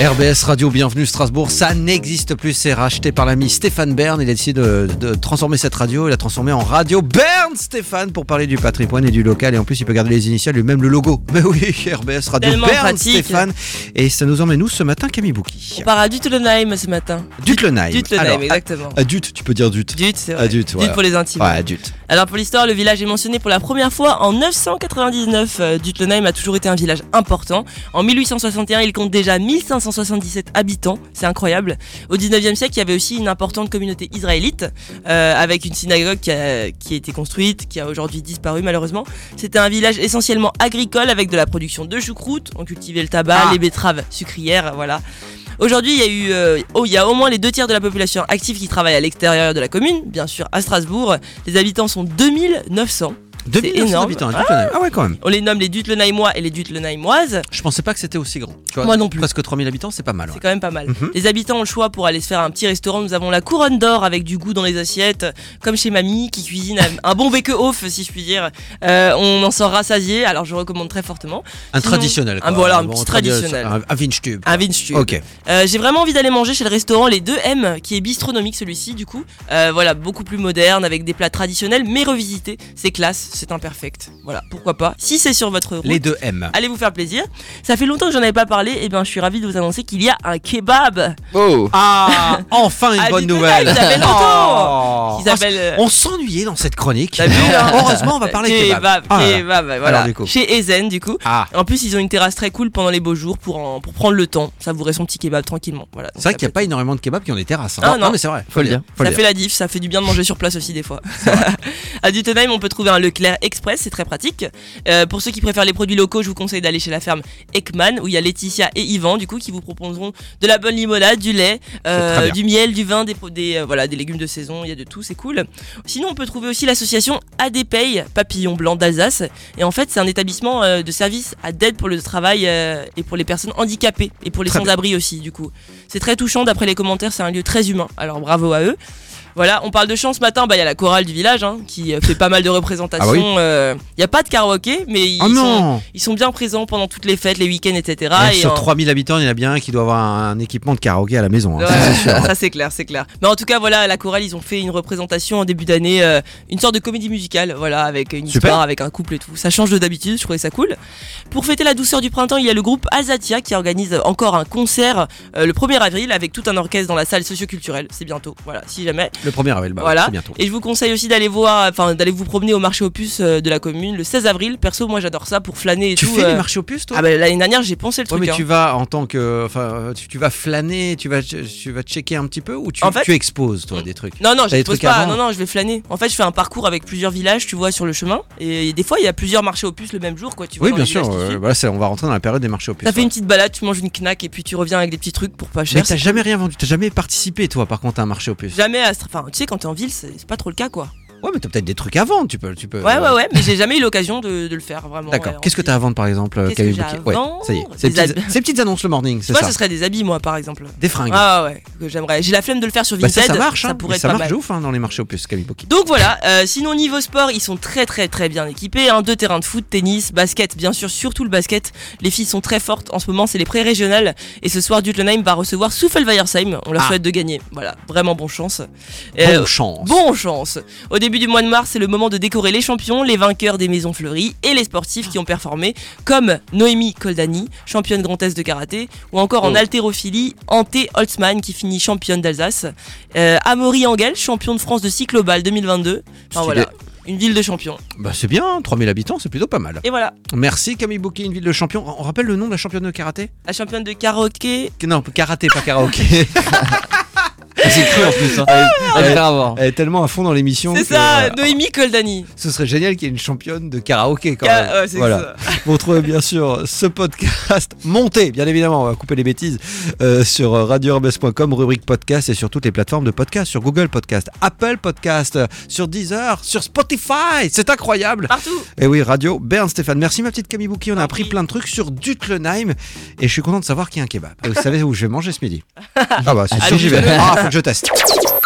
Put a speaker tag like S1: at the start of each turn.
S1: RBS Radio, bienvenue Strasbourg, ça n'existe plus, c'est racheté par l'ami Stéphane Bern, il a décidé de, de transformer cette radio, il l'a transformée en radio Bern Stéphane pour parler du patrimoine et du local et en plus il peut garder les initiales et même le logo. Mais oui, RBS Radio
S2: Tellement
S1: Bern
S2: pratique.
S1: Stéphane et ça nous emmène nous ce matin Camille Bouki.
S2: On part à Dutlenheim ce matin.
S1: Dutlenheim.
S2: Dutlenheim,
S1: Ah, Alors,
S2: exactement.
S1: à- à Dut, tu peux dire Dut.
S2: Dut, c'est vrai.
S1: à Dut,
S2: Dut
S1: ouais.
S2: pour les intimes.
S1: Ouais, à Dut.
S2: Alors pour l'histoire, le village est mentionné pour la première fois en 999. Euh, Dutlenheim a toujours été un village important. En 1861, il compte déjà 1577 habitants. C'est incroyable. Au 19e siècle, il y avait aussi une importante communauté israélite euh, avec une synagogue qui a, qui a été construite, qui a aujourd'hui disparu malheureusement. C'était un village essentiellement agricole avec de la production de choucroute. On cultivait le tabac,
S1: Ah.
S2: les betteraves sucrières, voilà. Aujourd'hui, il y a eu, euh, oh, il y a au moins les deux tiers de la population active qui travaille à l'extérieur de la commune, bien sûr à Strasbourg. Les habitants sont 2900.
S1: 2900
S2: énorme.
S1: habitants à Dutlenheim. Ah ouais quand même.
S2: On les nomme les Dutlenheimois et les Dutlenheimoises.
S1: Je pensais pas que c'était aussi grand. Tu vois,
S2: Moi non plus.
S1: Parce que 3000 habitants c'est pas mal. ouais.
S2: C'est quand même pas mal.
S1: Mhm.
S2: Les habitants ont le choix pour aller se faire un petit restaurant. Nous avons la couronne d'or avec du goût dans les assiettes, comme chez Mamie qui cuisine un bon bacon off, si je puis dire. Euh, on en sort rassasié, alors je recommande très fortement.
S1: Un
S2: Sinon-
S1: traditionnel.
S2: Ah,
S1: quoi.
S2: voilà, un
S1: Bon,
S2: petit
S1: tradi-
S2: traditionnel.
S1: Un, un Vinchtube.
S2: Un Vinstube.
S1: Ok.
S2: Euh, J'ai vraiment envie d'aller manger chez le restaurant Les 2M, qui est bistronomique celui-ci, du coup. Euh, voilà, beaucoup plus moderne, avec des plats traditionnels, mais revisités. C'est classe, c'est imperfect. Voilà, pourquoi pas. Si c'est sur votre route.
S1: Les deux M.
S2: Allez vous faire plaisir. Ça fait longtemps que j'en avais pas parlé, et bien je suis ravie de vous annoncer qu'il y a un kebab.
S3: Oh
S1: Ah, enfin une
S2: Ah,
S1: bonne
S2: dites-le,
S1: nouvelle.
S2: ils avaient longtemps.
S1: Oh.
S2: Ils appellent, euh,
S1: On s'ennuyait dans cette chronique.
S2: T'as vu, hein
S1: Heureusement, on va parler kebab. Ah là là.
S2: kebab, voilà.
S1: du coup.
S2: Chez Ezen, du coup.
S1: Ah,
S2: En plus, ils ont une terrasse très cool pendant les beaux jours pour, en- pour prendre le temps, savourer son petit kebab tranquillement. Voilà.
S1: c'est vrai
S2: Donc,
S1: qu'il n'y
S2: ça
S1: a pas énormément de kebabs qui ont des terrasses. hein.
S2: Ah, non.
S1: mais c'est vrai.
S3: Faut le dire.
S1: Faut
S2: ça
S1: le
S2: fait la diff, ça fait du bien de manger sur place aussi des fois. à Duttenheim, on peut trouver un Leclerc Express, c'est très pratique. Euh, pour ceux qui préfèrent les produits locaux, je vous conseille d'aller chez la ferme Ekman, où il y a Laetitia et Yvan, du coup, qui vous proposeront de la bonne limonade, du lait, euh,
S1: C'est très bien.
S2: du miel, du vin, des, pro- des, euh, voilà, des légumes de saison, il y a de tout, c'est cool. Sinon, on peut trouver aussi l'association ADPEI, Papillon Blanc d'Alsace. Et en fait, c'est un établissement euh, de service à d'aide pour le travail euh, et pour les personnes handicapées et pour les
S1: Très bien.
S2: sans-abri aussi, du coup. C'est très touchant, d'après les commentaires, c'est un lieu très humain. Alors bravo à eux. Voilà, on parle de chant ce matin, bah il y a la chorale du village hein, qui euh, fait pas mal de représentations.
S1: Ah bah oui.
S2: euh, Il y a pas de karaoké, mais ils,
S1: Oh
S2: sont,
S1: non
S2: ils sont bien présents pendant toutes les fêtes, les week-ends, etc.
S1: Eh,
S2: et
S1: Sur
S2: en-
S1: 3000 habitants, il y en a bien un qui doit avoir un, un équipement de karaoké à la maison. hein.
S2: Ouais,
S1: Ça, c'est sûr.
S2: ça c'est clair, c'est clair. Mais en tout cas, voilà, la chorale, ils ont fait une représentation en début d'année, euh, une sorte de comédie musicale, voilà, avec une
S1: Super.
S2: histoire, avec un couple et tout. Ça change de d'habitude, je trouvais ça cool. Pour fêter la douceur du printemps, il y a le groupe Azatia qui organise encore un concert euh, le 1er avril avec tout un orchestre dans la salle socioculturelle. C'est bientôt, voilà, si jamais.
S1: Le 1er avril, bah,
S2: Voilà.
S1: c'est bientôt.
S2: Et je vous conseille aussi d'aller voir, enfin d'aller vous promener au marché aux puces euh, de la commune le 16 avril. Perso, moi j'adore ça pour flâner et
S1: Tu
S2: tout.
S1: fais les
S2: euh.
S1: marchés aux puces, toi
S2: Ah bah l'année dernière j'ai pensé le
S1: Ouais,
S2: truc.
S1: mais
S2: hein.
S1: tu vas en tant que. Enfin, euh, tu, tu vas flâner, tu vas, tu vas checker un petit peu ou tu,
S2: En fait-
S1: tu exposes, toi, des trucs
S2: Non, non, je
S1: des
S2: les pose
S1: trucs
S2: pas.
S1: avant.
S2: Non, non, je vais flâner. En fait, je fais un parcours avec plusieurs villages, tu vois, sur le chemin. Et des fois, il y a plusieurs marchés aux puces le même jour, quoi. Tu vois,
S1: Oui,
S2: dans
S1: bien
S2: les
S1: sûr.
S2: villages qui
S1: euh,
S2: suivent.
S1: voilà, c'est- on va rentrer dans la période des marchés aux puces.
S2: T'as fait
S1: ouais.
S2: une petite balade, tu manges une knack et puis tu reviens avec des petits trucs pour pas
S1: Mais
S2: cher.
S1: t'as jamais rien vendu, t'as jamais participé, toi, par contre, à un marché aux puces.
S2: Jamais à Stra- Enfin, tu sais, quand t'es en ville, c'est c'est pas trop le cas, quoi.
S1: Ouais, mais t'as peut-être des trucs à vendre, tu peux. Tu peux
S2: Ouais, ouais, ouais, mais j'ai jamais eu l'occasion de, de le faire, vraiment.
S1: Euh, D'accord.
S2: ouais, en
S1: Qu'est-ce que
S2: ville.
S1: t'as à vendre par exemple,
S2: Qu'est-ce
S1: Camille
S2: que j'ai à
S1: Bouquet Ouais,
S2: vendre
S1: ça y est. Ces
S2: Des
S1: petites, ces petites annonces le morning,
S2: Tu
S1: c'est
S2: vois,
S1: ça.
S2: ce serait des habits, moi, par exemple.
S1: Des fringues.
S2: Ah ouais, que j'aimerais. J'ai la flemme de le faire sur
S1: bah
S2: Vinted.
S1: ça, ça marche, hein.
S2: ça pourrait être
S1: ça
S2: pas
S1: marche
S2: mal.
S1: de ouf hein, dans les marchés aux puces, Camille Bouquet.
S2: Donc voilà, euh, sinon niveau sport, ils sont très très très bien équipés. hein. deux terrains de foot, tennis, basket, bien sûr, surtout le basket. Les filles sont très fortes. En ce moment, c'est les pré-régionales. Et ce soir, Dutlenheim va recevoir Souffelweyersheim. On leur
S1: Ah.
S2: souhaite de gagner. Voilà, vraiment bon chance. Euh,
S1: Bonne chance.
S2: Bon chance Au début du mois de mars, c'est le moment de décorer les champions, les vainqueurs des maisons fleuries et les sportifs qui ont performé, comme Noémie Koldani, championne grand est de karaté, ou encore en
S3: Oh.
S2: haltérophilie, Ante Holtzmann qui finit championne d'Alsace, euh, Amaury Engel, champion de France de cyclobal 2022.
S1: Stylé.
S2: Enfin voilà, une ville de champions.
S1: Bah c'est bien, hein, 3000 habitants, c'est plutôt pas mal.
S2: Et voilà,
S1: Merci Camille Bouquet, une ville de champion. On rappelle le nom de la championne de karaté
S2: la championne de karaoké.
S1: Non, karaté, pas karaoké. Ah,
S3: J'ai cru en plus. Hein. Elle fait avoir.
S1: Elle est tellement à fond dans l'émission.
S2: C'est
S1: que,
S2: ça,
S1: euh,
S2: Noémie Koldani.
S1: Ce serait génial qu'il y ait une championne de karaoké quand même.
S2: Ka- ouais, c'est
S1: Voilà.
S2: ça.
S1: Vous retrouvez bien sûr ce podcast monté, bien évidemment, on va couper les bêtises, euh, sur radioherbes.com, rubrique podcast et sur toutes les plateformes de podcast, sur Google Podcast, Apple Podcast, euh, sur Deezer, sur Spotify. C'est incroyable.
S2: Partout
S1: Et oui, Radio Bern Stéphane. Merci ma petite Camille Bouki, on a appris
S2: Oui.
S1: plein de trucs sur Dutlenheim et je suis content de savoir qu'il y a un kebab. Et vous savez où je vais manger ce midi Ah bah c'est
S2: Ah,
S1: sûr, j'y vais.
S2: Dutlenheim.
S1: Ah, faut que je teste.